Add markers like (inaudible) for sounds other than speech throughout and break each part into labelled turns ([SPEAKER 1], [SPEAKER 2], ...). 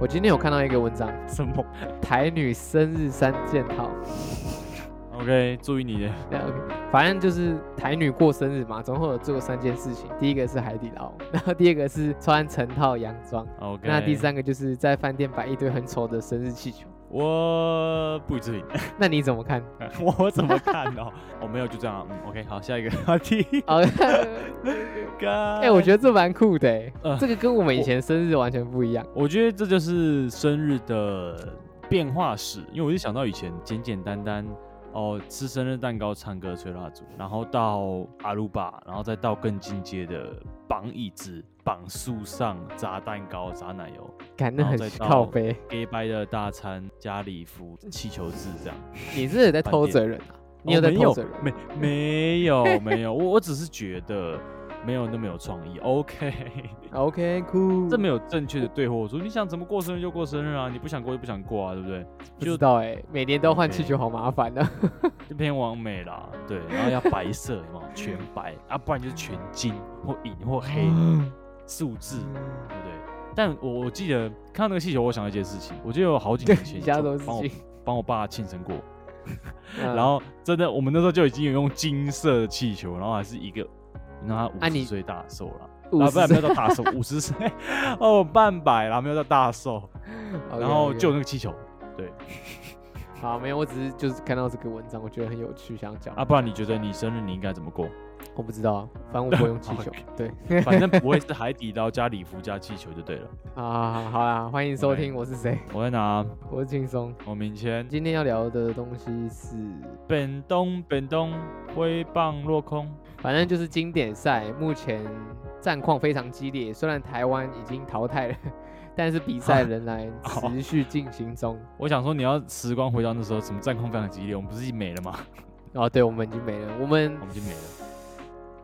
[SPEAKER 1] 我今天有看到一个文章，
[SPEAKER 2] 什么
[SPEAKER 1] 台女生日三件套，
[SPEAKER 2] ？OK，注意你的。
[SPEAKER 1] 对，OK，反正就是台女过生日嘛，总共有做三件事情。第一个是海底捞， (laughs) 然后第二个是穿成套洋装，
[SPEAKER 2] OK，
[SPEAKER 1] 那第，三个就是在饭店摆一堆很丑的生日气球。 (laughs)
[SPEAKER 2] 我不予置评，
[SPEAKER 1] 那你怎么看？
[SPEAKER 2] (laughs) 我怎么看哦？ (laughs) 我没有，就这样啊。嗯，OK，好，下一个话题。 (laughs)
[SPEAKER 1] 哦，
[SPEAKER 2] 哎
[SPEAKER 1] 哎，我觉得这蛮酷的欸
[SPEAKER 2] 呃，
[SPEAKER 1] 这个跟我们以前生日完全不一样。
[SPEAKER 2] 我觉得这就是生日的变化史，因为我就想到以前简简单单哦，吃生日蛋糕、唱歌、吹蜡烛，然后到阿鲁巴，然后再到更进阶的绑椅子、绑树上、炸蛋糕、炸奶油、
[SPEAKER 1] 感那
[SPEAKER 2] 然后
[SPEAKER 1] 很
[SPEAKER 2] 再哦到
[SPEAKER 1] 靠背，
[SPEAKER 2] gay 拜的大餐、家礼服、气球制这样。
[SPEAKER 1] 你是有在偷责任啊？你有
[SPEAKER 2] 哦
[SPEAKER 1] 在
[SPEAKER 2] 没
[SPEAKER 1] 偷责任？
[SPEAKER 2] 没没
[SPEAKER 1] (laughs)
[SPEAKER 2] 有没有，我我只是觉得没有那么有创意。OK， (laughs)
[SPEAKER 1] OK，酷。
[SPEAKER 2] 这没有正确的对或错。你想怎么过生日就过生日啊，你不想过就不想过啊，对不对？
[SPEAKER 1] 不
[SPEAKER 2] 就
[SPEAKER 1] 知道哎，每年都换气
[SPEAKER 2] OK
[SPEAKER 1] 球好麻烦
[SPEAKER 2] (laughs)
[SPEAKER 1] 啊。
[SPEAKER 2] 就偏完美啦，对，然后要白色，有没有？全白啊，不然就是全金或银或
[SPEAKER 1] (laughs)
[SPEAKER 2] 黑数字，
[SPEAKER 1] 嗯
[SPEAKER 2] 对不对？但我我记得看到那个气球，我想到一件事情，我记得有好几年前
[SPEAKER 1] 一家都
[SPEAKER 2] 就是帮我
[SPEAKER 1] 金
[SPEAKER 2] 帮我爸庆生过，
[SPEAKER 1] 嗯
[SPEAKER 2] 然后真的，我们那时候就已经有用金色的气球，然后还是一个，那
[SPEAKER 1] 啊
[SPEAKER 2] 他五
[SPEAKER 1] 你
[SPEAKER 2] 十岁大寿了，
[SPEAKER 1] 呃五
[SPEAKER 2] 啊，不
[SPEAKER 1] 十
[SPEAKER 2] 然没
[SPEAKER 1] 岁
[SPEAKER 2] 有到大寿，五十岁 (laughs) 哦，半百啦，没有到大寿，然后
[SPEAKER 1] OK，OK
[SPEAKER 2] 就那个气球，对，
[SPEAKER 1] 好，没有，我只是就是看到这个文章，我觉得很有趣，想讲。
[SPEAKER 2] 啊，不然你觉得你生日你应该怎
[SPEAKER 1] (laughs)
[SPEAKER 2] 么过？
[SPEAKER 1] 我不知道啊，反正我不会用气球
[SPEAKER 2] (laughs) 哦 OK。
[SPEAKER 1] 对，
[SPEAKER 2] 反正不会是海底捞加礼服加气球就对了。
[SPEAKER 1] 啊， (laughs) 好啦，欢迎收听，我是谁？
[SPEAKER 2] 我在拿
[SPEAKER 1] 我是轻松。
[SPEAKER 2] 我明天
[SPEAKER 1] 今天要聊的东西是，
[SPEAKER 2] 本东本东挥棒落空，
[SPEAKER 1] 反正就是经典赛，目前战况非常激烈，虽然台湾已经淘汰了， (laughs) 但是比
[SPEAKER 2] 啊
[SPEAKER 1] 赛仍然
[SPEAKER 2] 好
[SPEAKER 1] 持续进行中。
[SPEAKER 2] 我想说你要时光回到那时候，什么战况非常激烈，我们不是已经没了吗？
[SPEAKER 1] 哦，对，我们已经没了，我们
[SPEAKER 2] 我们已经没了。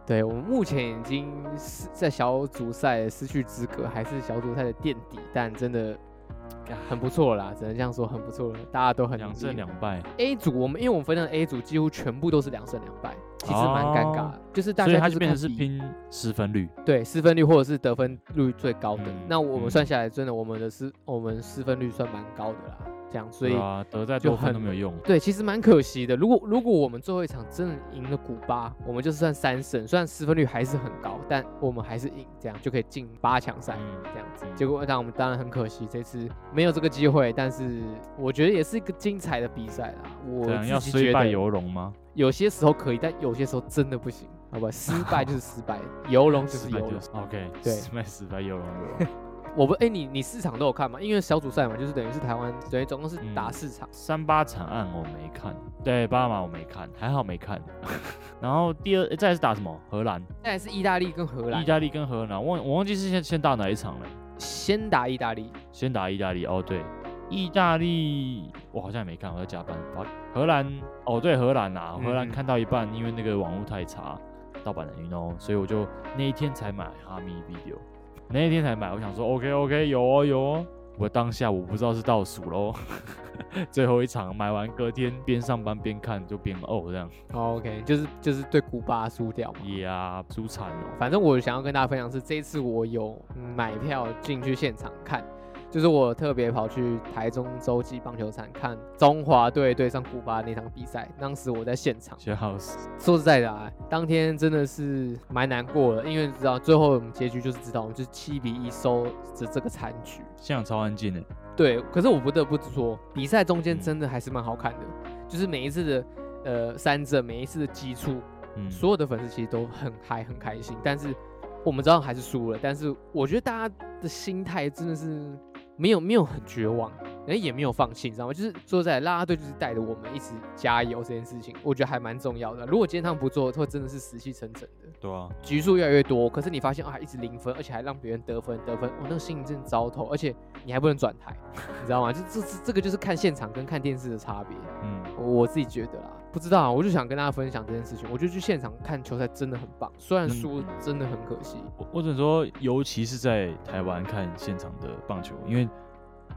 [SPEAKER 1] 对我们目前已经是在小组赛失去资格，还是小组赛的垫底，但真的啊
[SPEAKER 2] 呀
[SPEAKER 1] 很不错啦，只能这样说，很不错了，大家都很
[SPEAKER 2] 两
[SPEAKER 1] 努力
[SPEAKER 2] 胜两败，
[SPEAKER 1] A 组，我们因为我们分到的 A 组几乎全部都是两胜两败，其实蛮尴尬的，就是大
[SPEAKER 2] 哦所以
[SPEAKER 1] 家
[SPEAKER 2] 它
[SPEAKER 1] 就
[SPEAKER 2] 就变
[SPEAKER 1] 看
[SPEAKER 2] 成是
[SPEAKER 1] 比
[SPEAKER 2] 拼失分率。
[SPEAKER 1] 对失分率或者是得分率最高的。
[SPEAKER 2] 嗯
[SPEAKER 1] 那我们
[SPEAKER 2] 嗯
[SPEAKER 1] 算下来，真的我们的失我们失分率算蛮高的啦，这样所以
[SPEAKER 2] 对。啊，得再
[SPEAKER 1] 就
[SPEAKER 2] 多分
[SPEAKER 1] 很
[SPEAKER 2] 都没有用。
[SPEAKER 1] 对，其实蛮可惜的。如果如果我们最后一场真的赢了古巴，我们就算三胜，虽然失分率还是很高，但我们还是赢，这样就可以进八强赛。
[SPEAKER 2] 嗯
[SPEAKER 1] 这样子。
[SPEAKER 2] 嗯
[SPEAKER 1] 结果让我们当然很可惜，这次没有这个机会。但是我觉得也是一个精彩的比赛啦。我
[SPEAKER 2] 怎样啊要
[SPEAKER 1] 自己觉
[SPEAKER 2] 虽败
[SPEAKER 1] 得
[SPEAKER 2] 犹荣吗？
[SPEAKER 1] 有些时候可以，但有些时候真的不行，好吧？
[SPEAKER 2] (laughs)
[SPEAKER 1] 失败就是失败，游龙就是
[SPEAKER 2] 失
[SPEAKER 1] 游
[SPEAKER 2] 败
[SPEAKER 1] 龙
[SPEAKER 2] 就。是 OK，
[SPEAKER 1] 对
[SPEAKER 2] 失败失败游龙游龙。
[SPEAKER 1] 我不，哎、你你四场都有看吗？因为小组赛嘛，就是等于是台湾，等于总共是打
[SPEAKER 2] 嗯
[SPEAKER 1] 四场。
[SPEAKER 2] 三八惨案我没看，对，巴拿马我没看，还好没看。 (laughs) 然后第二，诶再来是打什么？荷兰，
[SPEAKER 1] 再来是意大利跟荷兰
[SPEAKER 2] 意，大利跟荷兰，忘我忘记是先先打哪一场了。
[SPEAKER 1] 先打意大利，
[SPEAKER 2] 先打意大利，哦对，意大利我好像也没看，我在加班。fuck 荷兰，哦对，荷兰啊，
[SPEAKER 1] 嗯
[SPEAKER 2] 荷兰
[SPEAKER 1] 嗯
[SPEAKER 2] 看到一半，因为那个网络太差，盗版的 you know，所以我就那一天才买哈密 video，那一天才买，我想说 OK OK 有哦有哦，我当下我不知道是倒数喽。 (laughs) 最后一场买完，隔天边上班边看就边哦这样，
[SPEAKER 1] 哦 OK，就是就是对古巴输掉嘛。
[SPEAKER 2] 呀，输惨哦，
[SPEAKER 1] 反正我想要跟大家分享是，这一次我有买票进去现场看，就是我特别跑去台中洲际棒球场看中华队对上古巴那场比赛，当时我在现场。
[SPEAKER 2] 笑死，
[SPEAKER 1] 说实在的啊，当天真的是蛮难过的，因为你知道最后我们结局就是知道我们就是七比一收着这个残局。
[SPEAKER 2] 现场超安静的，
[SPEAKER 1] 对，可是我不得不说，比赛中间
[SPEAKER 2] 嗯
[SPEAKER 1] 真的还是蛮好看的，就是每一次的呃三振，每一次的击出，
[SPEAKER 2] 嗯，
[SPEAKER 1] 所有的粉丝其实都很嗨很开心。但是我们知道还是输了，但是我觉得大家的心态真的是没有没有很绝望，然后也没有放弃，你知道吗？就是说实在的啦啦队就是带着我们一直加油这件事情，我觉得还蛮重要的。如果今天他们不做，会真的是死气沉沉的。
[SPEAKER 2] 对啊，
[SPEAKER 1] 局数越来越多，可是你发现啊，一直零分，而且还让别人得分得分，我、那个心情真的糟透，而且你还不能转台，你知道吗？就这这这个就是看现场跟看电视的差别，
[SPEAKER 2] 嗯，
[SPEAKER 1] 我我自己觉得啦，不知道啊，我就想跟大家分享这件事情。我觉得去现场看球赛真的很棒，虽然
[SPEAKER 2] 嗯
[SPEAKER 1] 输真的很可惜，
[SPEAKER 2] 我我只能说，尤其是在台湾看现场的棒球，因为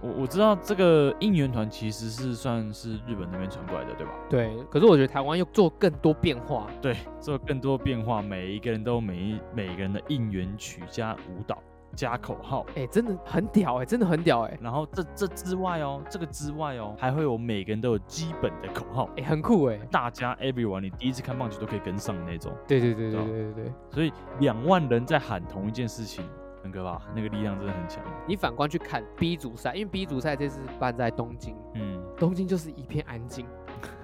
[SPEAKER 2] 我我知道这个应援团其实是算是日本那边传过来的，对吧？
[SPEAKER 1] 对。可是我觉得台湾又做更多变化，
[SPEAKER 2] 对，做更多变化，每一个人都有每一每一个人的应援曲加舞蹈，加口号。
[SPEAKER 1] 哎、真的很屌哎、真的很屌哎、
[SPEAKER 2] 然后这这之外哦，这个之外哦，还会有每个人都有基本的口号，
[SPEAKER 1] 哎、很酷哎、
[SPEAKER 2] 大家 everyone 你第一次看棒球都可以跟上的那种。
[SPEAKER 1] 对对对对
[SPEAKER 2] 对啊
[SPEAKER 1] 对对对，
[SPEAKER 2] 所以两万人在喊同一件事情，很可怕，那个力量真的很强。
[SPEAKER 1] 你反观去看 B 组赛，因为 B 组赛这次办在东京，
[SPEAKER 2] 嗯，
[SPEAKER 1] 东京就是一片安静，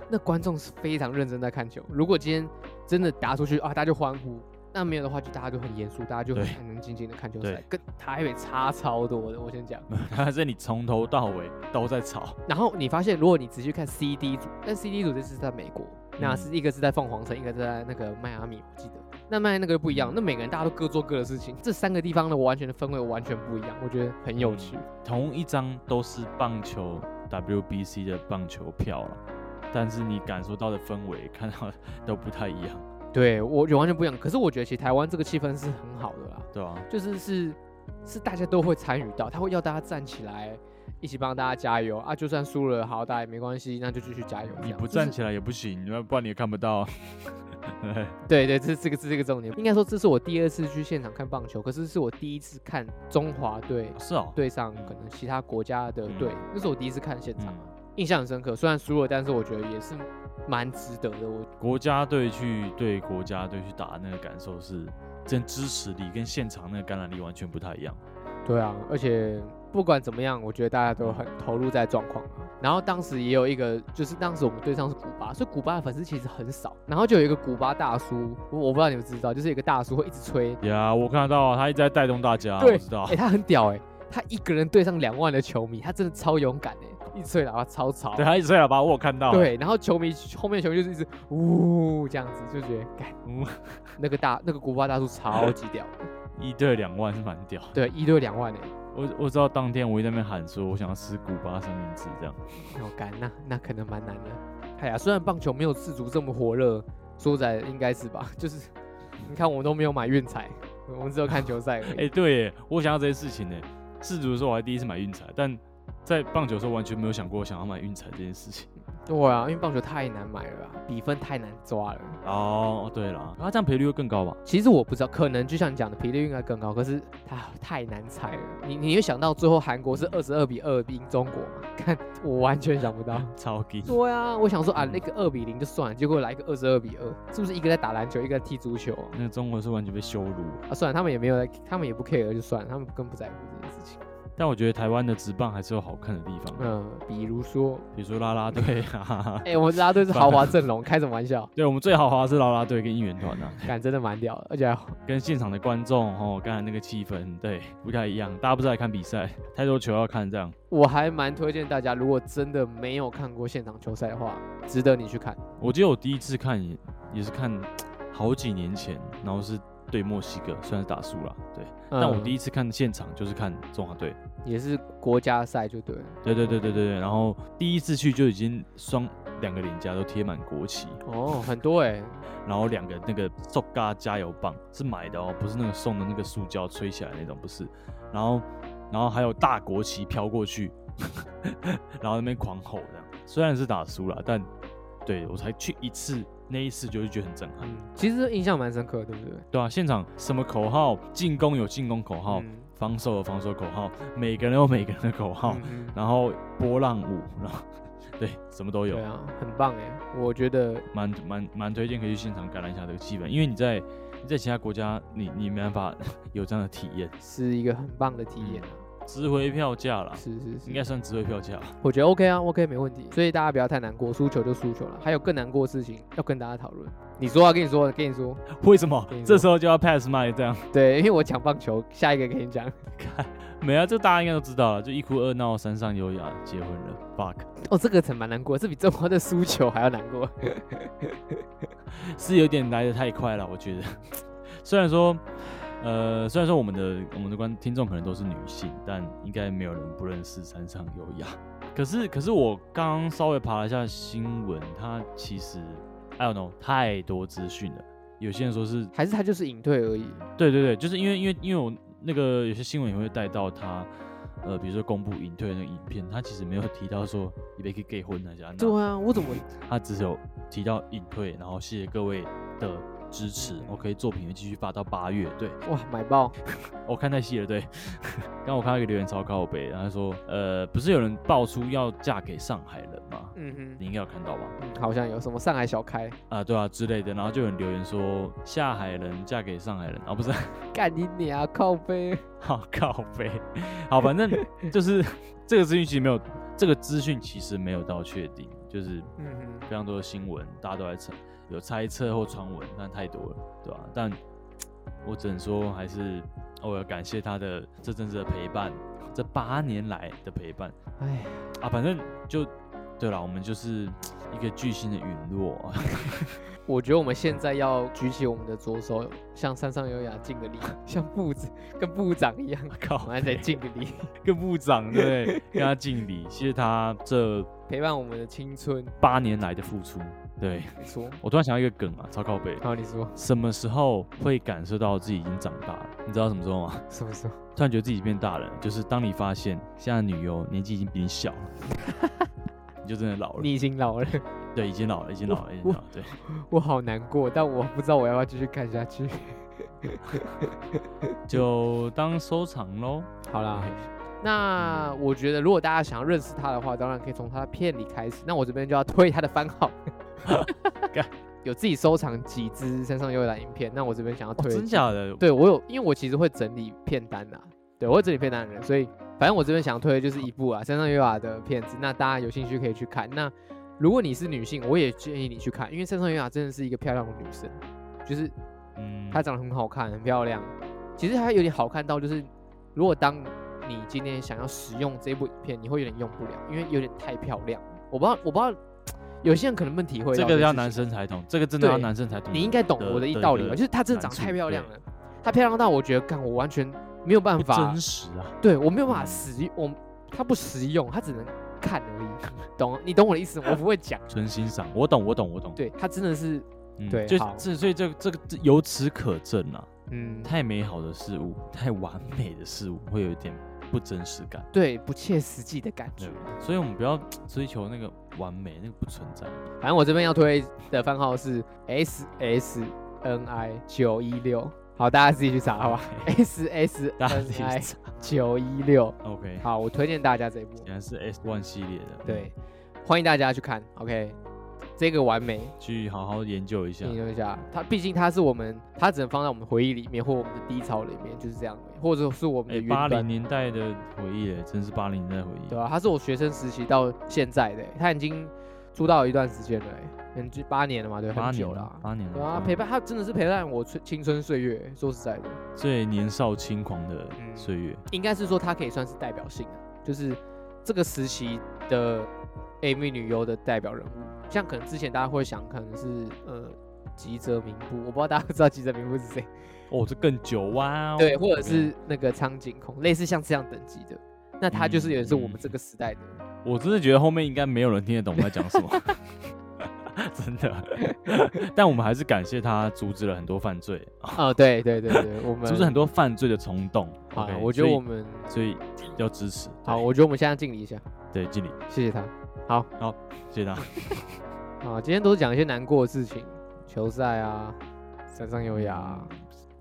[SPEAKER 1] 那观众是非常认真在看球。如果今天真的打出去啊，大家就欢呼；那没有的话，就大家就很严肃，大家就很
[SPEAKER 2] 对
[SPEAKER 1] 安安静静的看球
[SPEAKER 2] 对
[SPEAKER 1] 赛，跟台北差超多的。我先讲，
[SPEAKER 2] (laughs) 还是你从头到尾都在吵。
[SPEAKER 1] 然后你发现，如果你仔细看 CD 组，但 CD 组这次是在美国，那
[SPEAKER 2] 嗯
[SPEAKER 1] 是一个是在凤凰城，一个是在那个迈阿密，我记得。那迈那个就不一样，那每个人大家都各做各的事情，这三个地方的完全的氛围完全不一样，我觉得很有趣。
[SPEAKER 2] 同一张都是棒球 WBC 的棒球票了，但是你感受到的氛围、看到的都不太一样，
[SPEAKER 1] 对我就完全不一样，可是我觉得其实台湾这个气氛是很好的啦。
[SPEAKER 2] 对吧、
[SPEAKER 1] 就是是是大家都会参与到，他会要大家站起来，一起帮大家加油啊！就算输了，好，大家也没关系，那就继续加油。这
[SPEAKER 2] 你
[SPEAKER 1] 样
[SPEAKER 2] 不
[SPEAKER 1] 就是
[SPEAKER 2] 站起来也不行，要不然你也看不到。 (laughs) 对
[SPEAKER 1] 对对，这这个这是一个重点。应该说这是我第二次去现场看棒球，可是是我第一次看中华队
[SPEAKER 2] 是哦，
[SPEAKER 1] 对上可能其他国家的队，那是我第一次看现场
[SPEAKER 2] 嗯，，
[SPEAKER 1] 印象很深刻。虽然输了，但是我觉得也是蛮值得的。我
[SPEAKER 2] 国家队去对国家队去打，那个感受是真支持力跟现场那个感染力完全不太一样。
[SPEAKER 1] 对啊，而且不管怎么样，我觉得大家都很投入在状况啊。然后当时也有一个，就是当时我们对上是古巴，所以古巴的粉丝其实很少。然后就有一个古巴大叔，我我不知道你们知不知道，就是有一个大叔会一直吹，
[SPEAKER 2] 呀、我看得到啊，他一直在带动大家，
[SPEAKER 1] 对
[SPEAKER 2] 啊我知道。
[SPEAKER 1] 哎、他很屌哎、他一个人对上两万的球迷，他真的超勇敢哎、一直吹喇叭超吵。
[SPEAKER 2] 对，他啊一直吹喇叭，我有看到。，
[SPEAKER 1] 对，然后球迷后面的球迷就是一直呜这样子，就觉得干
[SPEAKER 2] 呜，
[SPEAKER 1] (laughs) 那个大那个古巴大叔超级屌，
[SPEAKER 2] 一对两万是蛮屌的。
[SPEAKER 1] 对，一对两万哎、
[SPEAKER 2] 我我知道当天我一直在那边喊说，我想要吃古巴三明治这样。
[SPEAKER 1] 好哦干，那那可能蛮难的。哎呀，虽然棒球没有赤足这么火热，说起来应该是吧？就是你看，我们都没有买运彩，我们只有看球赛而
[SPEAKER 2] (laughs) 哎、
[SPEAKER 1] 已。
[SPEAKER 2] 对耶，我想到这些事情呢。世足的时候我还第一次买运彩，但在棒球的时候完全没有想过想要买运彩这件事情。
[SPEAKER 1] 对啊，因为棒球太难买了啊，比分太难抓了。
[SPEAKER 2] 哦，对了，那、啊、这样赔率会更高吧？
[SPEAKER 1] 其实我不知道，可能就像你讲的，比率应该更高，可是它太难猜了。你你有想到最后韩国是二十二比二赢中国吗？看，我完全想不到。
[SPEAKER 2] 超低。
[SPEAKER 1] 对啊，我想说啊，那个二比零就算了，结果来个二十二比二，是不是一个在打篮球，一个在踢足球啊？
[SPEAKER 2] 那个中国是完全被羞辱，
[SPEAKER 1] 啊，算了，他们也没有在，他们也不 care 就算了，他们更不在乎这件事情。
[SPEAKER 2] 但我觉得台湾的职棒还是有好看的地方，
[SPEAKER 1] 嗯，比如说，
[SPEAKER 2] 比如说啦啦队啊， (laughs)
[SPEAKER 1] 哎、我们拉队是豪华阵容，开什么玩笑？ (laughs)
[SPEAKER 2] 对我们最豪华的是啦啦队跟应援团啊，
[SPEAKER 1] 感真的蛮屌的，而且还
[SPEAKER 2] 跟现场的观众哦，刚才那个气氛对不太一样，大家不是来看比赛，太多球要看这样。
[SPEAKER 1] 我还蛮推荐大家，如果真的没有看过现场球赛的话，值得你去看。
[SPEAKER 2] 我记得我第一次看也也是看好几年前，然后是对墨西哥，虽然是打输了，对，但我第
[SPEAKER 1] 一
[SPEAKER 2] 一次看现场就是看中华队，
[SPEAKER 1] 也是国家赛就对了。
[SPEAKER 2] 对对对对对对，然后第一次去就已经双两个脸颊都贴满国旗，
[SPEAKER 1] 哦，很多哎、
[SPEAKER 2] 然后两个那个 s o g a 加油棒是买的哦，不是那个送的那个塑胶吹起来那种，不是。然后，然后还有大国旗飘过去， (laughs) 然后那边狂吼这样。虽然是打输了，但对我才去一次，那一次就会觉得很震撼。
[SPEAKER 1] 嗯，其实印象蛮深刻的，对不对？
[SPEAKER 2] 对啊，现场什么口号，进攻有进攻口号，
[SPEAKER 1] 嗯
[SPEAKER 2] 防守有防守口号，每个人有每个人的口号，
[SPEAKER 1] 嗯嗯
[SPEAKER 2] 然后波浪舞， (laughs) 然后对什么都有
[SPEAKER 1] 对。啊，很棒哎、我觉得
[SPEAKER 2] 蛮蛮蛮推荐可以去现场感染一下这个气氛，因为你在你在其他国家，你你没办法 (laughs) 有这样的体验。
[SPEAKER 1] 是一个很棒的体验啊。
[SPEAKER 2] 值回票价啦，
[SPEAKER 1] 是是是，
[SPEAKER 2] 嗯啊应该算值回票价吧。 (laughs)
[SPEAKER 1] 我觉得 OK 啊，OK 没问题。所以大家不要太难过，输球就输球了。还有更难过的事情要跟大家讨论。你说啊，跟你说，跟你说。
[SPEAKER 2] 为什么
[SPEAKER 1] 对
[SPEAKER 2] 这时候就要 pass 麦这样？
[SPEAKER 1] 对，因为我讲棒球，下一个给你讲。 (laughs)
[SPEAKER 2] 没啊，这大家应该都知道了，就一哭二闹三上优雅结婚了，fuck，
[SPEAKER 1] 哦，这个很蛮难过，这比中华的输球还要难过。
[SPEAKER 2] 是有点来的太快了，我觉得。 (laughs) 虽然说，呃，虽然说我们的我们的观听众可能都是女性，但应该没有人不认识山上优雅。可是，可是我刚刚稍微爬了一下新闻，它其实 I don't know 太多资讯了。有些人说是
[SPEAKER 1] 还是他就是隐退而已。
[SPEAKER 2] 对对对，就是因为因为因为我那个有些新闻也会带到他，呃，比如说公布隐退的那个影片，他其实没有提到说你被可以 gay 婚那家，
[SPEAKER 1] 对啊，我怎么
[SPEAKER 2] 他只有提到隐退，然后谢谢各位的支持，OK，作品会继续发到八月。对
[SPEAKER 1] 哇，买爆！
[SPEAKER 2] 我看太细了，对。 (laughs) 刚我看到一个留言超靠北，然后他说，呃，不是有人爆出要嫁给上海人吗？
[SPEAKER 1] 嗯
[SPEAKER 2] 你应该有看到吧？
[SPEAKER 1] 哼，嗯好像有什么上海小开，
[SPEAKER 2] 啊，对啊之类的，然后就有人留言说下海人嫁给上海人啊，不是， (laughs)
[SPEAKER 1] 干你娘靠背！
[SPEAKER 2] 好靠背，好，反正就是这个资讯其实没有，这个资讯其实没有到确定，就是
[SPEAKER 1] 嗯
[SPEAKER 2] 非常多的新闻，大家都在猜，有猜测或传闻，但太多了，对吧、但我只能说，还是我要感谢他的这阵子的陪伴，这八年来的陪伴
[SPEAKER 1] 哼，哎，
[SPEAKER 2] 啊，反正就对了，我们就是一个巨星的陨落 (laughs) 啊，
[SPEAKER 1] 我觉得我们现在要举起我们的左手，向山上优雅敬个礼， (laughs) 像部子跟部长一样， (laughs)
[SPEAKER 2] 靠
[SPEAKER 1] 我们再敬个礼， (laughs)
[SPEAKER 2] 跟部长对不对，跟他敬礼，谢谢他这
[SPEAKER 1] 陪伴我们的青春。
[SPEAKER 2] 八年来的付出。对
[SPEAKER 1] 没错，
[SPEAKER 2] 我突然想到一个梗啊，超靠背，
[SPEAKER 1] 好，你说
[SPEAKER 2] 什么时候会感受到自己已经长大了？你知道什么时候吗？
[SPEAKER 1] 什么时候？
[SPEAKER 2] 突然觉得自己变大人，就是当你发现现在的女优年纪已经比你小
[SPEAKER 1] (laughs)
[SPEAKER 2] 了，你就真的老了。
[SPEAKER 1] 你已经老了， (laughs)
[SPEAKER 2] 对，已经老了，已经老了，已经老了。对，
[SPEAKER 1] 我好难过，但我不知道我要不要继续看下去。 (laughs)
[SPEAKER 2] 就当收藏哎喽。
[SPEAKER 1] 好啦，那我觉得如果大家想要认识他的话，当然可以从他的片里开始。那我这边就要推他的番号 (laughs)
[SPEAKER 2] 干，
[SPEAKER 1] 有自己收藏几支山上优雅的影片。那我这边想要
[SPEAKER 2] 哦，
[SPEAKER 1] 推，
[SPEAKER 2] 真假的？
[SPEAKER 1] 对我有，因为我其实会整理片单呐、对我会整理片单的人，所以反正我这边想推的就是一部啊山上优雅的片子。那大家有兴趣可以去看。那如果你是女性，我也建议你去看，因为山上优雅真的是一个漂亮的女生，就是
[SPEAKER 2] 嗯，
[SPEAKER 1] 她长得很好看，很漂亮。其实她有点好看到，就是如果当你今天想要使用这部影片，你会有点用不了，因为有点太漂亮。我不知道，我不知道，有些人可能能体会
[SPEAKER 2] 这
[SPEAKER 1] 到
[SPEAKER 2] 个
[SPEAKER 1] 个
[SPEAKER 2] 要
[SPEAKER 1] 事
[SPEAKER 2] 男
[SPEAKER 1] 情，
[SPEAKER 2] 生才懂，这个真的要
[SPEAKER 1] 对
[SPEAKER 2] 男生才懂。
[SPEAKER 1] 你应该懂
[SPEAKER 2] 的
[SPEAKER 1] 我的一
[SPEAKER 2] 的
[SPEAKER 1] 道
[SPEAKER 2] 一
[SPEAKER 1] 理吧？
[SPEAKER 2] 个
[SPEAKER 1] 就是她真的
[SPEAKER 2] 难
[SPEAKER 1] 长太
[SPEAKER 2] 处
[SPEAKER 1] 漂亮
[SPEAKER 2] 对
[SPEAKER 1] 了，她漂亮到我觉得，干我完全没有办
[SPEAKER 2] 不
[SPEAKER 1] 法
[SPEAKER 2] 真，实啊。
[SPEAKER 1] 对我没有办法使用，我她不实用，她只能看而已， (laughs) 懂？你懂我的意思吗？我不会
[SPEAKER 2] (laughs)
[SPEAKER 1] 讲，
[SPEAKER 2] 纯欣赏，我懂，我懂，我懂。
[SPEAKER 1] 对她真的是，
[SPEAKER 2] 嗯
[SPEAKER 1] 对
[SPEAKER 2] 就
[SPEAKER 1] 好
[SPEAKER 2] 这，所以这这个这由此可证啊，
[SPEAKER 1] 嗯，
[SPEAKER 2] 太美好的事物，太完美的事物，会有一点不真实感。
[SPEAKER 1] 对不切实际的感觉
[SPEAKER 2] 对。，所以我们不要追求那个完美，那个不存在。
[SPEAKER 1] 反正我这边要推的番号是 S S N I 九一六，好，大家自己去查好
[SPEAKER 2] (laughs)
[SPEAKER 1] 吧？S S
[SPEAKER 2] 大家自
[SPEAKER 1] N
[SPEAKER 2] 己
[SPEAKER 1] I
[SPEAKER 2] 查。
[SPEAKER 1] 九一六，
[SPEAKER 2] OK，
[SPEAKER 1] 好，我推荐大家这一部，
[SPEAKER 2] 显然是 S One 系列的，
[SPEAKER 1] 对，欢迎大家去看，OK，这个完美，
[SPEAKER 2] 嗯，去好好研究一下
[SPEAKER 1] 研。究一下，它毕竟它是我们，它只能放在我们回忆里面或我们的低潮里面，就是这样而已，或者是我们的
[SPEAKER 2] 哎，
[SPEAKER 1] 原
[SPEAKER 2] 八
[SPEAKER 1] 本
[SPEAKER 2] 零年代的回忆耶，真是八零年代回忆。
[SPEAKER 1] 对啊，他是我学生时期到现在的欸，他已经出道一段时间了欸，嗯，就八年了嘛，对，
[SPEAKER 2] 八
[SPEAKER 1] 很
[SPEAKER 2] 年
[SPEAKER 1] 久了
[SPEAKER 2] 了
[SPEAKER 1] 啊，。
[SPEAKER 2] 八年了。
[SPEAKER 1] 对啊，
[SPEAKER 2] 嗯
[SPEAKER 1] 陪伴他真的是陪伴我青青春岁月。说实在的，
[SPEAKER 2] 最年少轻狂的
[SPEAKER 1] 嗯
[SPEAKER 2] 岁月。
[SPEAKER 1] 应该是说他可以算是代表性啊，就是这个时期的 AV 女优的代表人物。像可能之前大家会想，可能是呃吉泽明步，我不知道大家知道吉泽明步是谁，
[SPEAKER 2] 哦，这更久哇哦。
[SPEAKER 1] 对，或者是那个苍井空，类似像这样等级的。那他
[SPEAKER 2] 嗯
[SPEAKER 1] 就是也是我们这个时代的，
[SPEAKER 2] 我真的觉得后面应该没有人听得懂我在讲
[SPEAKER 1] (laughs)
[SPEAKER 2] 什么，真的。但我们还是感谢他阻止了很多犯罪，
[SPEAKER 1] 啊，对对对对，
[SPEAKER 2] (laughs)
[SPEAKER 1] 我们
[SPEAKER 2] 阻止很多犯罪的冲动。
[SPEAKER 1] 啊
[SPEAKER 2] OK，，
[SPEAKER 1] 我觉得
[SPEAKER 2] 所以
[SPEAKER 1] 我们
[SPEAKER 2] 所以要支持。
[SPEAKER 1] 好，我觉得我们现在敬礼一下，
[SPEAKER 2] 对，经理，
[SPEAKER 1] 谢谢他。
[SPEAKER 2] 谢谢大家。
[SPEAKER 1] 啊，今天都是讲一些难过的事情，球赛啊，山上
[SPEAKER 2] 嗯
[SPEAKER 1] 优雅、啊，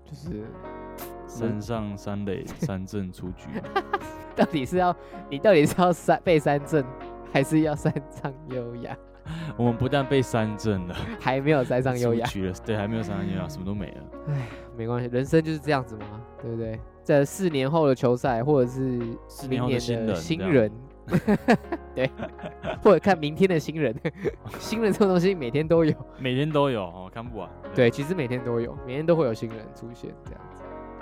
[SPEAKER 1] 就是 (laughs)
[SPEAKER 2] 山上三垒，三振出局。
[SPEAKER 1] 到底是要你到底是要三被三振，还是要山上优雅？ (laughs)
[SPEAKER 2] 我们不但被三振了，
[SPEAKER 1] 还没有山 (laughs) 上优
[SPEAKER 2] 出
[SPEAKER 1] 雅，
[SPEAKER 2] 局了，对，还没有三振
[SPEAKER 1] (laughs)
[SPEAKER 2] 优雅，什么都没了。
[SPEAKER 1] 没关系，人生就是这样子嘛，对不对？在四年后的球赛，或者是
[SPEAKER 2] 四年
[SPEAKER 1] 明
[SPEAKER 2] 后的
[SPEAKER 1] 年
[SPEAKER 2] 新
[SPEAKER 1] 的
[SPEAKER 2] 人，
[SPEAKER 1] 新
[SPEAKER 2] 这样， (laughs)
[SPEAKER 1] 人，对，或者看明天的
[SPEAKER 2] (laughs)
[SPEAKER 1] 新人，新人这种东西每天都有，
[SPEAKER 2] 每天都有哦，看不完。
[SPEAKER 1] (laughs) 对，其实每天都有，每天都会有新人出现这样子。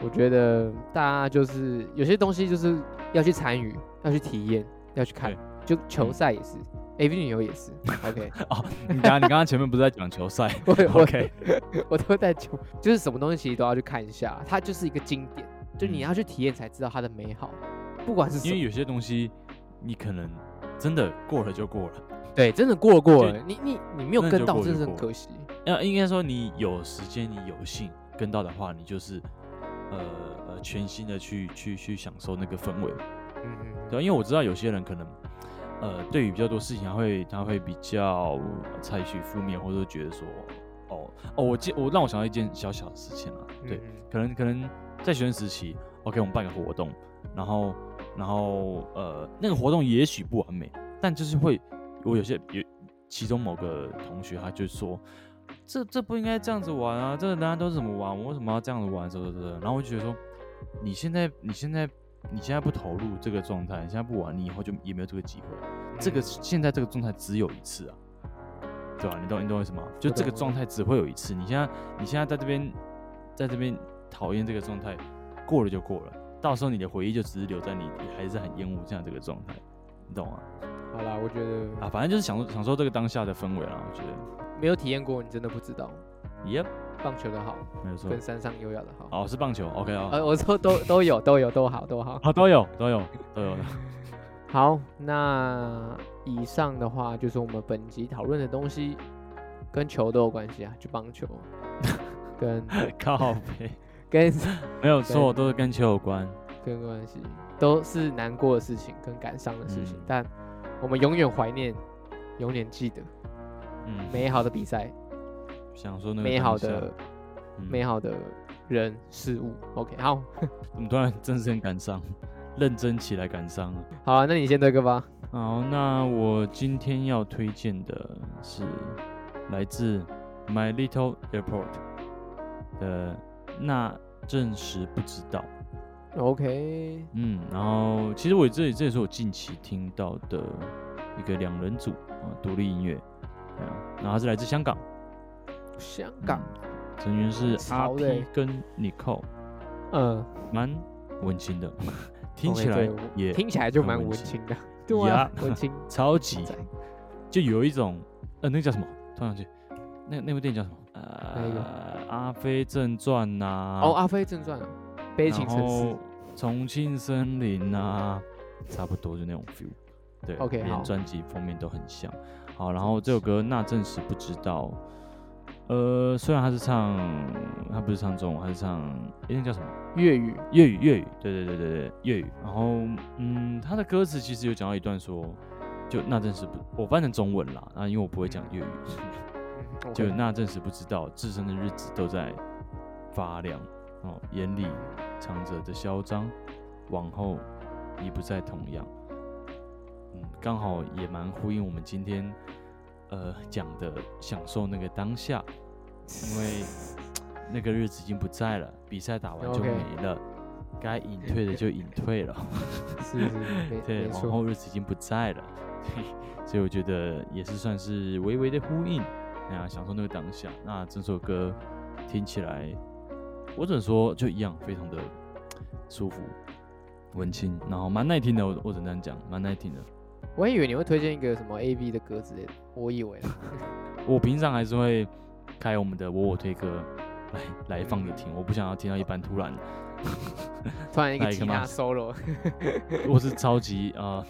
[SPEAKER 1] 我觉得大家就是有些东西就是要去参与，要去体验，要去看
[SPEAKER 2] 对。嗯
[SPEAKER 1] 就球赛也是、a v 女优也是。OK， (laughs)
[SPEAKER 2] (laughs) 哦， (laughs) 你刚你刚刚前面不是在讲球赛
[SPEAKER 1] 我我
[SPEAKER 2] (laughs) ？OK，
[SPEAKER 1] 我都在球，就是什么东西其实都要去看一下，它就是一个经典，就你
[SPEAKER 2] 嗯
[SPEAKER 1] 要去体验才知道它的美好，不管是什
[SPEAKER 2] 因为
[SPEAKER 1] 么。
[SPEAKER 2] 有些东西你可能真的过了就过了，
[SPEAKER 1] 对，真的过了过
[SPEAKER 2] 就
[SPEAKER 1] 了，你你你没有
[SPEAKER 2] 真的
[SPEAKER 1] 跟
[SPEAKER 2] 就
[SPEAKER 1] 到，
[SPEAKER 2] 过
[SPEAKER 1] 真的
[SPEAKER 2] 就是
[SPEAKER 1] 很
[SPEAKER 2] 过
[SPEAKER 1] 可惜。
[SPEAKER 2] 要应该说你有时间，你有幸跟到的话，你就是呃呃全心的去去去享受那个氛围。
[SPEAKER 1] 嗯嗯，
[SPEAKER 2] 对啊，因为我知道有些人可能，呃，对于比较多事情，他会他会比较采取负面，或者觉得说哦哦，我记我让我想到一件小小的事情啊，对，
[SPEAKER 1] 嗯
[SPEAKER 2] 可能可能在学生时期，OK，我们办个活动，然后然后呃，那个活动也许不完美，但就是会，我有些有其中某个同学他就说，这这不应该这样子玩啊，这个大家都是怎么玩，我为什么要这样子玩，什么什么什么，然后我就觉得说，你现在你现在你现在不投入这个状态，你现在不玩，你以后就也没有这个机会。
[SPEAKER 1] 嗯
[SPEAKER 2] 这个现在这个状态只有一次啊，对吧、你懂你懂我意思吗？就这个状态只会有一次，你现在你现在在这边在这边讨厌这个状态，过了就过了，到时候你的回忆就只是留在你你还是很厌恶这样这个状态，你懂吗？
[SPEAKER 1] 好啦，我觉
[SPEAKER 2] 啊，
[SPEAKER 1] 得
[SPEAKER 2] 反正就是享受享受这个当下的氛围啦，我觉得
[SPEAKER 1] 没有体验过，你真的不知道嗯
[SPEAKER 2] ，Yep，
[SPEAKER 1] 棒球的好，
[SPEAKER 2] 没有错
[SPEAKER 1] 跟，山上优雅的好。
[SPEAKER 2] 哦，是棒球，OK 哦，
[SPEAKER 1] 呃，我说都都有都有都好都好。
[SPEAKER 2] 啊都有
[SPEAKER 1] (laughs)
[SPEAKER 2] 都有都有， (laughs)
[SPEAKER 1] 好，那以上的话就是我们本集讨论的东西，跟球都有关系啊，就棒
[SPEAKER 2] (laughs)
[SPEAKER 1] 球，跟
[SPEAKER 2] 靠
[SPEAKER 1] (laughs)
[SPEAKER 2] 背，
[SPEAKER 1] 跟
[SPEAKER 2] 没有错，都是跟球有关，
[SPEAKER 1] 跟关系都是难过的事情跟感伤的事情，
[SPEAKER 2] 嗯
[SPEAKER 1] 但我们永远怀念，永远记得
[SPEAKER 2] 嗯，
[SPEAKER 1] 美好的比赛，
[SPEAKER 2] 想说那个
[SPEAKER 1] 美好
[SPEAKER 2] 当下嗯
[SPEAKER 1] 的，美
[SPEAKER 2] 好，
[SPEAKER 1] 好的人事物。OK，好，
[SPEAKER 2] (laughs) 怎么突然真是很感伤， (laughs) 认真起来感伤啊。
[SPEAKER 1] 好啊，那你先这个吧。
[SPEAKER 2] 好，那我今天要推荐的是来自 My Little Airport 的那阵时不知道，
[SPEAKER 1] OK，
[SPEAKER 2] 嗯，然后其实我这里这也是我近期听到的一个两人组啊，独立音乐，对啊，然后它是来自香港，
[SPEAKER 1] 香港，
[SPEAKER 2] 嗯成员是阿
[SPEAKER 1] 潮的
[SPEAKER 2] P
[SPEAKER 1] 欸
[SPEAKER 2] 跟 Nicole，
[SPEAKER 1] 嗯，
[SPEAKER 2] 蛮温馨的， (laughs) 听
[SPEAKER 1] OK，
[SPEAKER 2] 起来
[SPEAKER 1] 对我
[SPEAKER 2] 也
[SPEAKER 1] 听起来就
[SPEAKER 2] 很
[SPEAKER 1] 蛮
[SPEAKER 2] 文
[SPEAKER 1] 文
[SPEAKER 2] 青
[SPEAKER 1] 青的， (laughs) 对啊，文
[SPEAKER 2] (laughs)
[SPEAKER 1] 青
[SPEAKER 2] 超
[SPEAKER 1] 仔
[SPEAKER 2] 级，就有一种，呃，那个叫什么？突然去，那那部电影叫什么？
[SPEAKER 1] 哪一个
[SPEAKER 2] 呃，《阿飞正传》呐，
[SPEAKER 1] 哦，《阿飞正传》啊，《悲情城市》
[SPEAKER 2] 然后重庆森林呐，差不多就那种 feel。对
[SPEAKER 1] OK，好
[SPEAKER 2] 连专辑封面都很像。好，然后这首歌《那阵时不知道》，呃，虽然他是唱，他不是唱中文，他是唱，诶那叫什么？
[SPEAKER 1] 粤语，
[SPEAKER 2] 粤语，粤语，对对对对对，粤语。然后，嗯，他的歌词其实有讲到一段说，就那阵时不，我翻成中文啦，啊，因为我不会讲粤语，
[SPEAKER 1] 嗯
[SPEAKER 2] 就
[SPEAKER 1] OK
[SPEAKER 2] 那阵时不知道，自身的日子都在发亮，哦，眼里藏着的嚣张，往后已不再同样。嗯，刚好也蛮呼应我们今天，呃，讲的享受那个当下，因为
[SPEAKER 1] (laughs)
[SPEAKER 2] 那个日子已经不在了，比赛打完就
[SPEAKER 1] OK
[SPEAKER 2] 没了，该隐退的就隐退了，
[SPEAKER 1] 是是是没
[SPEAKER 2] (laughs) 对，
[SPEAKER 1] 没
[SPEAKER 2] 往
[SPEAKER 1] 错，
[SPEAKER 2] 后日子已经不在了，对，所以我觉得也是算是微微的呼应，那样享受那个当下。那这首歌听起来，我只能说就一样，非常的舒服、文青，然后蛮耐听的，我我只能这样讲，蛮耐听的。
[SPEAKER 1] 我还以为你会推荐一个什么 A V 的歌之类的，我以为啦，
[SPEAKER 2] 我平常还是会开我们的我我推歌来来放着听，我不想要听到一般突然
[SPEAKER 1] 突然一
[SPEAKER 2] 哪
[SPEAKER 1] 个
[SPEAKER 2] 一个
[SPEAKER 1] 吉他
[SPEAKER 2] 吗
[SPEAKER 1] solo，
[SPEAKER 2] (laughs) 或是超级啊、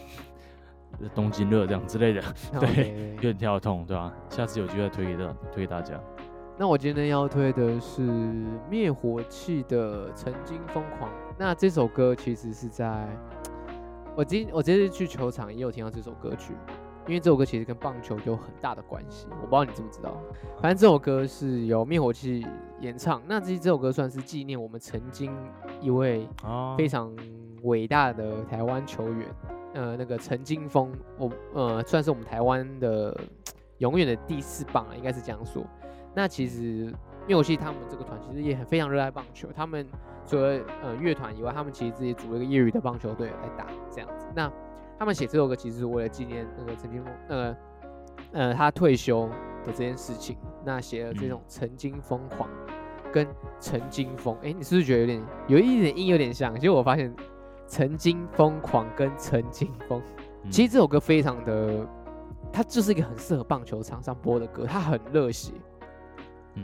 [SPEAKER 2] 呃、东京热这样之类的，
[SPEAKER 1] 对
[SPEAKER 2] 有点跳痛，对吧、 (laughs) 下次有机会推给大推给大家。
[SPEAKER 1] 那我今天要推的是灭火器的《曾经疯狂》。那这首歌其实是在我今我这次去球场也有听到这首歌曲，因为这首歌其实跟棒球有很大的关系。我不知道你知不知道，反正这首歌是由灭火器演唱。那这这首歌算是纪念我们曾经一位
[SPEAKER 2] 哦
[SPEAKER 1] 非常伟大的台湾球员，呃，那个陈金峰，我呃算是我们台湾的永远的第四棒啊，应该是这样说。那其实灭火器他们这个团其实也很非常热爱棒球，他们除了呃乐团以外，他们其实自己组了一个业余的棒球队来打这样子。那他们写这首歌其实是为了纪念那个陈金峰，呃呃他退休的这件事情，那写了这种曾经疯狂。跟曾经疯，哎、你是不是觉得有点有一点音有点像？其实我发现曾经疯狂跟曾经疯，
[SPEAKER 2] 嗯
[SPEAKER 1] 其实这首歌非常的，它就是一个很适合棒球场上播的歌，它很热血，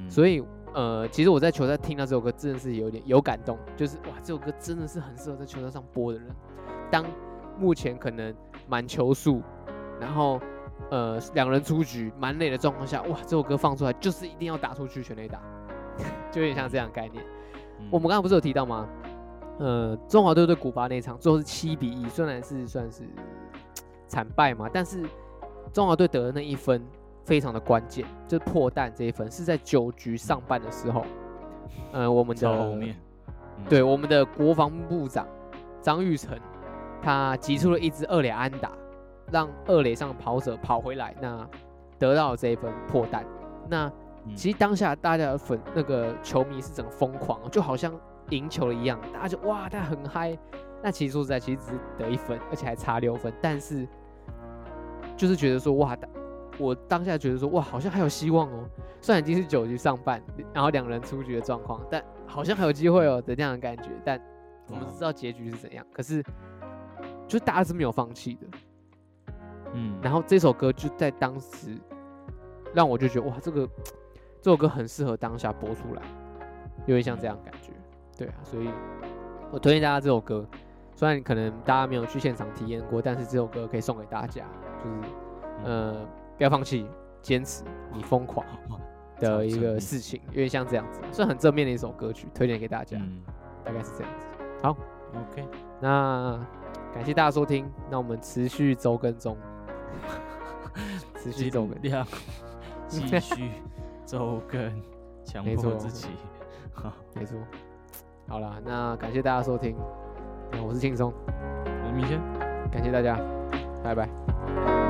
[SPEAKER 1] 所
[SPEAKER 2] 以
[SPEAKER 1] 以呃，其实我在球赛听到这首歌真的是有点有感动，就是哇，这首歌真的是很适合在球赛上播的人。当目前可能满球数，然后呃两人出局满垒的状况下，哇，这首歌放出来就是一定要打出去全垒打， (laughs) 就有点像这样的概念。
[SPEAKER 2] 嗯
[SPEAKER 1] 我们刚刚不是有提到吗？呃，中华队对古巴那一场最后是七比一，虽然是算是嘖惨败嘛，但是中华队得的那一分，非常的关键，就是破蛋这一分是在九局上半的时候，呃，我们
[SPEAKER 2] 超后
[SPEAKER 1] 的
[SPEAKER 2] 面，嗯
[SPEAKER 1] 对我们的国防部长张玉成，他击出了一支二垒安打，让二垒上的跑者跑回来，那得到了这一分破蛋。那
[SPEAKER 2] 嗯
[SPEAKER 1] 其实当下大家的粉那个球迷是整个疯狂，就好像赢球了一样，大家就哇，他很嗨。那其实说实在，其实只是得一分，而且还差六分，但是就是觉得说哇，当我当下觉得说哇，好像还有希望哦。虽然已经是九局上半，然后两人出局的状况，但好像还有机会哦的那样的感觉。但我们
[SPEAKER 2] 哦
[SPEAKER 1] 知道结局是怎样，可是就大家是没有放弃的。
[SPEAKER 2] 嗯，
[SPEAKER 1] 然后这首歌就在当时让我就觉得哇，这个这首歌很适合当下播出来，有点像这样的感觉。对啊，所以我推荐大家这首歌，虽然可能大家没有去现场体验过，但是这首歌可以送给大家，就是
[SPEAKER 2] 嗯
[SPEAKER 1] 呃，不要放弃，坚持你疯狂的一个事情，有点像这样子，算很正面的一首歌曲，推荐给大家，
[SPEAKER 2] (laughs) 嗯
[SPEAKER 1] 大概是这样子。 (laughs)
[SPEAKER 2] ，OK，
[SPEAKER 1] 那感谢大家收听，那我们持续周跟
[SPEAKER 2] (laughs)
[SPEAKER 1] 踪，持续周跟，(laughs)
[SPEAKER 2] 尽量继续周更，强
[SPEAKER 1] 没
[SPEAKER 2] 迫
[SPEAKER 1] 错
[SPEAKER 2] 自己。 (laughs) 好，
[SPEAKER 1] 没错。好啦，那感谢大家收听，那我是轻松，
[SPEAKER 2] 我们明天。
[SPEAKER 1] 感谢大家，拜拜。
[SPEAKER 2] 拜拜。